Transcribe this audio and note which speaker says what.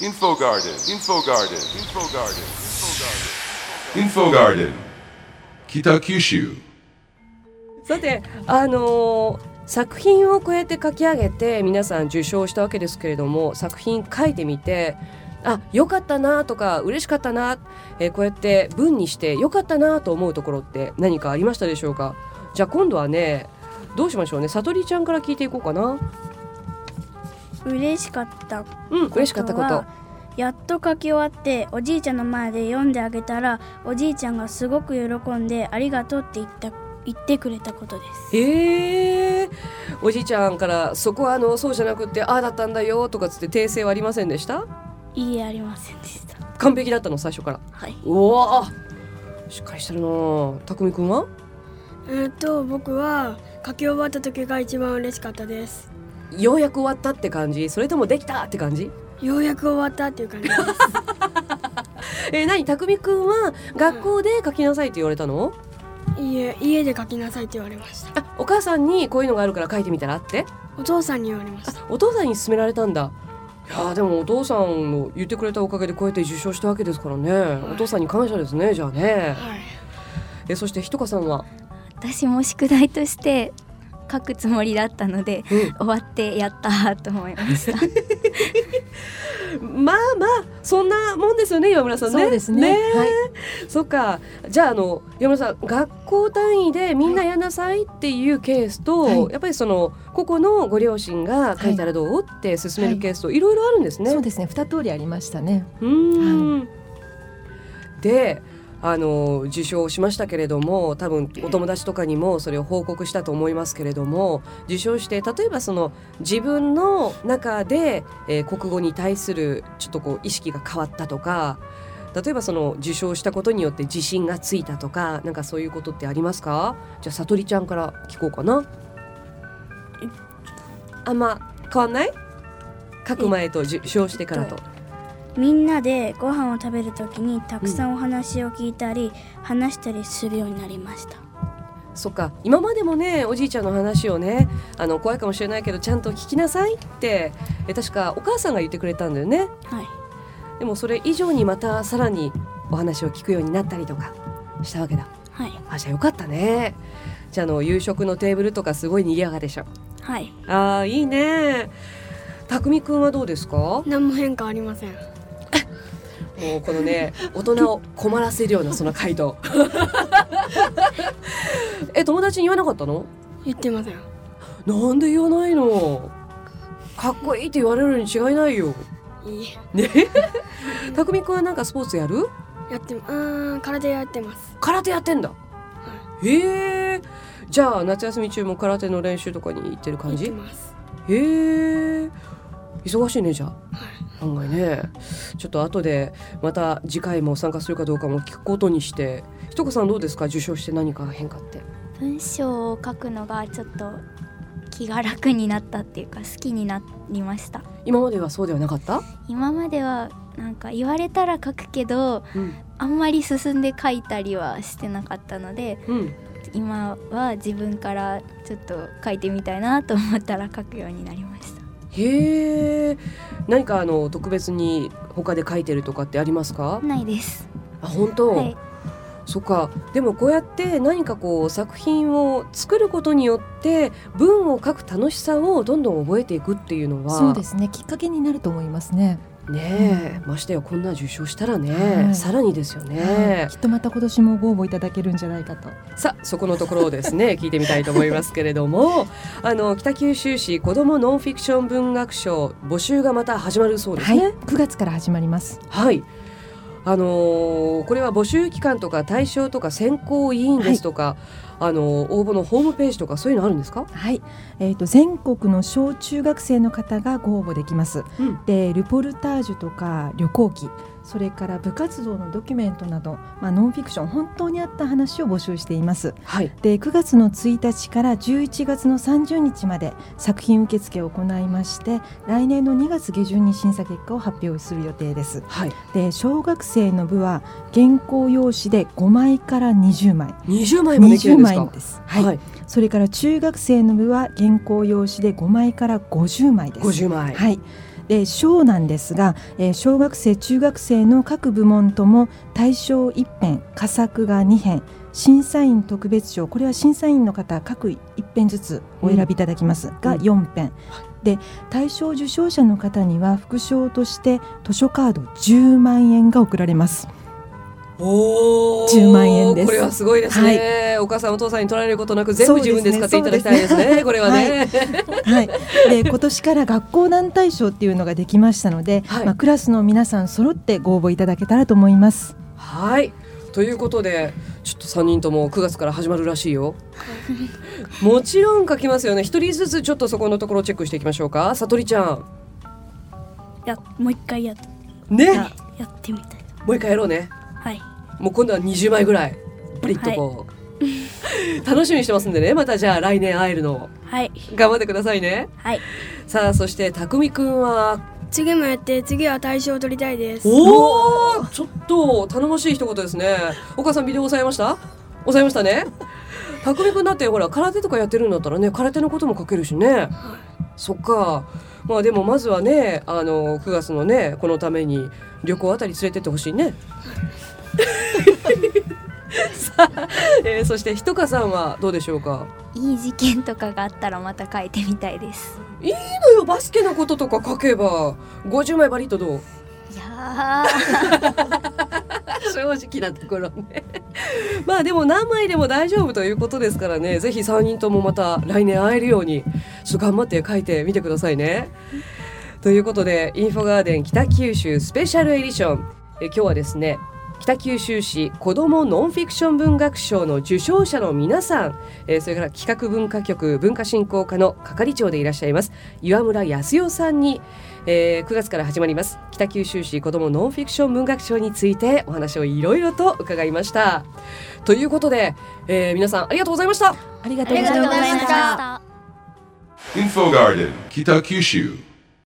Speaker 1: Info Garden. Info Garden. Info Garden. Info Garden. Info Garden. Kitakyushu.
Speaker 2: さてあのー作品をこうやって書き上げて皆さん受賞したわけですけれども作品書いてみてあ良かったなとか嬉しかったな、えーこうやって文にして良かったなと思うところって何かありましたでしょうかじゃあ今度はねどうしましょうねさとりちゃんから聞いていこうかな
Speaker 3: 嬉しかったこ
Speaker 2: うん
Speaker 3: とは
Speaker 2: 嬉しかったこと
Speaker 3: やっと書き終わっておじいちゃんの前で読んであげたらおじいちゃんがすごく喜んでありがとうって言った言ってくれたことです
Speaker 2: えー、おじいちゃんからそこはあのそうじゃなくってああだったんだよとかつって訂正はありませんでした
Speaker 3: いいえありませんでした
Speaker 2: 完璧だったの最初から
Speaker 3: はい、
Speaker 2: うわーしっかりしてるなあたくみくんは
Speaker 4: えーっと僕は書き終わった時が一番嬉しかったです
Speaker 2: ようやく終わったって感じそれともできたって感じ
Speaker 4: ようやく終わったっていう感じです
Speaker 2: えー、何たくみくんは学校で書きなさいって言われたの、
Speaker 4: いいえ家で書きなさいって言われました
Speaker 2: あお母さんにこういうのがあるから書いてみたらって
Speaker 4: お父さんに言われました
Speaker 2: あお父さんに勧められたんだいやーでもお父さんの言ってくれたおかげでこうやって受賞したわけですからね、お父さんに感謝ですねじゃあね、
Speaker 4: はい
Speaker 2: えーそしてひとかさんは、
Speaker 5: 私も宿題として書くつもりだったので
Speaker 2: うん
Speaker 5: 終わってやったーと思いました
Speaker 2: まあまあそんなもんですよね岩村さんね。
Speaker 6: そうですね
Speaker 2: え
Speaker 6: はい
Speaker 2: そっかじゃああの岩村さん学校単位でみんなやんなさいっていうケースと、
Speaker 6: はい
Speaker 2: やっぱりその個々のご両親が書いたらどう、って進めるケースといろいろあるんですね。
Speaker 6: そうですね二通りありましたね
Speaker 2: うーんであの受賞しましたけれども多分お友達とかにもそれを報告したと思いますけれども受賞して例えばその自分の中で、えー国語に対するちょっとこう意識が変わったとか例えばその受賞したことによって自信がついたとかなんかそういうことってありますかじゃあさとりちゃんから聞こうかな。あんま変わんない書く前と受賞してからと。
Speaker 3: みんなでご飯を食べるときにたくさんお話を聞いたり、話したりするようになりました
Speaker 2: そっか今までもねおじいちゃんの話をねあの怖いかもしれないけどちゃんと聞きなさいってえ確かお母さんが言ってくれたんだよね
Speaker 3: はい
Speaker 2: でもそれ以上にまたさらにお話を聞くようになったりとかしたわけだ
Speaker 3: はい
Speaker 2: あじゃあよかったねじゃああの夕食のテーブルとかすごい賑やかでしょ
Speaker 3: はい
Speaker 2: あーいいねたくみくんはどうですかも
Speaker 4: 何も変化ありません
Speaker 2: うこのね大人を困らせるようなその回答 え友達に言わなかったの
Speaker 4: 言ってません
Speaker 2: なんで言わないのかっこいいって言われるに違いないよ
Speaker 4: いい
Speaker 2: ねたくみくんはなんかスポーツやる
Speaker 4: やってもうーん体やってます
Speaker 2: 空手やってんだへえじゃあ夏休み中も空手の練習とかに行ってる
Speaker 4: や
Speaker 2: 感
Speaker 4: って
Speaker 2: じ
Speaker 4: ます
Speaker 2: へえ忙しいねじゃあ案外ねちょっと後でまた次回も参加するかどうかも聞くことにしてひとこさんどうですか受賞して何か変化って
Speaker 5: 文章を書くのがちょっと気が楽になったっていうか好きになりました
Speaker 2: 今まではそうではなかった、
Speaker 5: 今まではなんか言われたら書くけど
Speaker 2: うん
Speaker 5: あんまり進んで書いたりはしてなかったので
Speaker 2: うん、
Speaker 5: 今は自分からちょっと書いてみたいなと思ったら書くようになりました
Speaker 2: へえ何かあの特別に他で書いてるとかってありますか
Speaker 5: ないです
Speaker 2: あ本当、
Speaker 5: はい
Speaker 2: そっかでもこうやって何かこう作品を作ることによって文を書く楽しさをどんどん覚えていくっていうのは
Speaker 6: そうですねきっかけになると思いますね、
Speaker 2: ねえましてやこんな受賞したらね、
Speaker 6: はい
Speaker 2: さらにですよね、
Speaker 6: きっとまた今年もご応募いただけるんじゃないかと
Speaker 2: さあそこのところをです ね聞いてみたいと思いますけれどもあの北九州市子どもノンフィクション文学賞募集がまた始まるそうです
Speaker 6: は
Speaker 2: ね。
Speaker 6: い9月から始まります
Speaker 2: はい。あのーこれは募集期間とか対象とか選考委員ですとか、あのー応募のホームページとかそういうのあるんですか？
Speaker 6: はい、えー、と全国の小中学生の方がご応募できます、
Speaker 2: うん
Speaker 6: でルポルタージュとか旅行記それから部活動のドキュメントなど、まあ、ノンフィクション本当にあった話を募集しています
Speaker 2: はい。
Speaker 6: で9月の1日から11月の30日まで作品受付を行いまして来年の2月下旬に審査結果を発表する予定です
Speaker 2: はい。
Speaker 6: で小学生の部は原稿用紙で5枚から20枚
Speaker 2: 二十枚もできる
Speaker 6: 20
Speaker 2: んです
Speaker 6: 枚
Speaker 2: か？
Speaker 6: ですはい
Speaker 2: はい。
Speaker 6: それから中学生の部は原稿用紙で5枚から50枚です。
Speaker 2: 五十枚。
Speaker 6: はい。で賞なんですが、えー小学生中学生の各部門とも大賞1編佳作が2編審査員特別賞これは審査員の方各1編ずつお選びいただきますが
Speaker 2: うん
Speaker 6: 4編、で大賞受賞者の方には副賞として図書カード10万円が贈ら れます。
Speaker 2: おお
Speaker 6: 10万円です
Speaker 2: これはすごいですね、お母さんお父さんに取られることなく全部
Speaker 6: そうで
Speaker 2: 自
Speaker 6: すね
Speaker 2: 分で使っていただきたいですね
Speaker 6: そうですね
Speaker 2: これはね、
Speaker 6: はい、で今年から学校団体賞っていうのができましたので、
Speaker 2: はい
Speaker 6: まあ、クラスの皆さん揃ってご応募いただけたらと思います。
Speaker 2: はい。ということで、ちょっと三人とも9月から始まるらしい よ。もちろん書きますよね。一人ずつちょっとそこのところをチェックしていきましょうか。さとりちゃん。
Speaker 3: やもう一回やや
Speaker 2: ね。
Speaker 3: やってみたい
Speaker 2: もう一回やろうね。
Speaker 3: はい
Speaker 2: もう今度は20枚ぐらい。ブリッとこう。 楽しみにしてますんでね。またじゃあ来年会えるのを
Speaker 3: はい
Speaker 2: 頑張ってくださいね。
Speaker 3: はい
Speaker 2: さあ、そしてたくみくんは。
Speaker 4: 次もやって次は大賞を取りたいです
Speaker 2: おお、ちょっと頼もしい一言ですね。お母さんビデオ押さえました。押さえましたね。たくみくんだってほら空手とかやってるんだったらね空手のことも書けるしね。そっか。まあでもまずはねあの9月のねこのために旅行あたり連れてってほしいね。 さあ、えーそしてひとかさんはどうでしょうか。
Speaker 5: いい事件とかがあったらまた書いてみたいです
Speaker 2: いいのよバスケのこととか書けば50枚バリッとどう。
Speaker 5: いや
Speaker 2: 正直なところねまあでも何枚でも大丈夫ということですからねぜひ3人ともまた来年会えるようにちょっと頑張って書いてみてくださいね。ということで「インフォガーデン北九州スペシャルエディション」え今日はですね北九州市子どもノンフィクション文学賞の受賞者の皆さん、えーそれから企画文化局文化振興課の係長でいらっしゃいます岩村康代さんにえー9月から始まります北九州市子どもノンフィクション文学賞についてお話をいろいろと伺いました。ということで、えー皆さんありがとうございました。
Speaker 6: ありが
Speaker 5: ーありがとうございました
Speaker 1: Info Garden, Kitakyushu.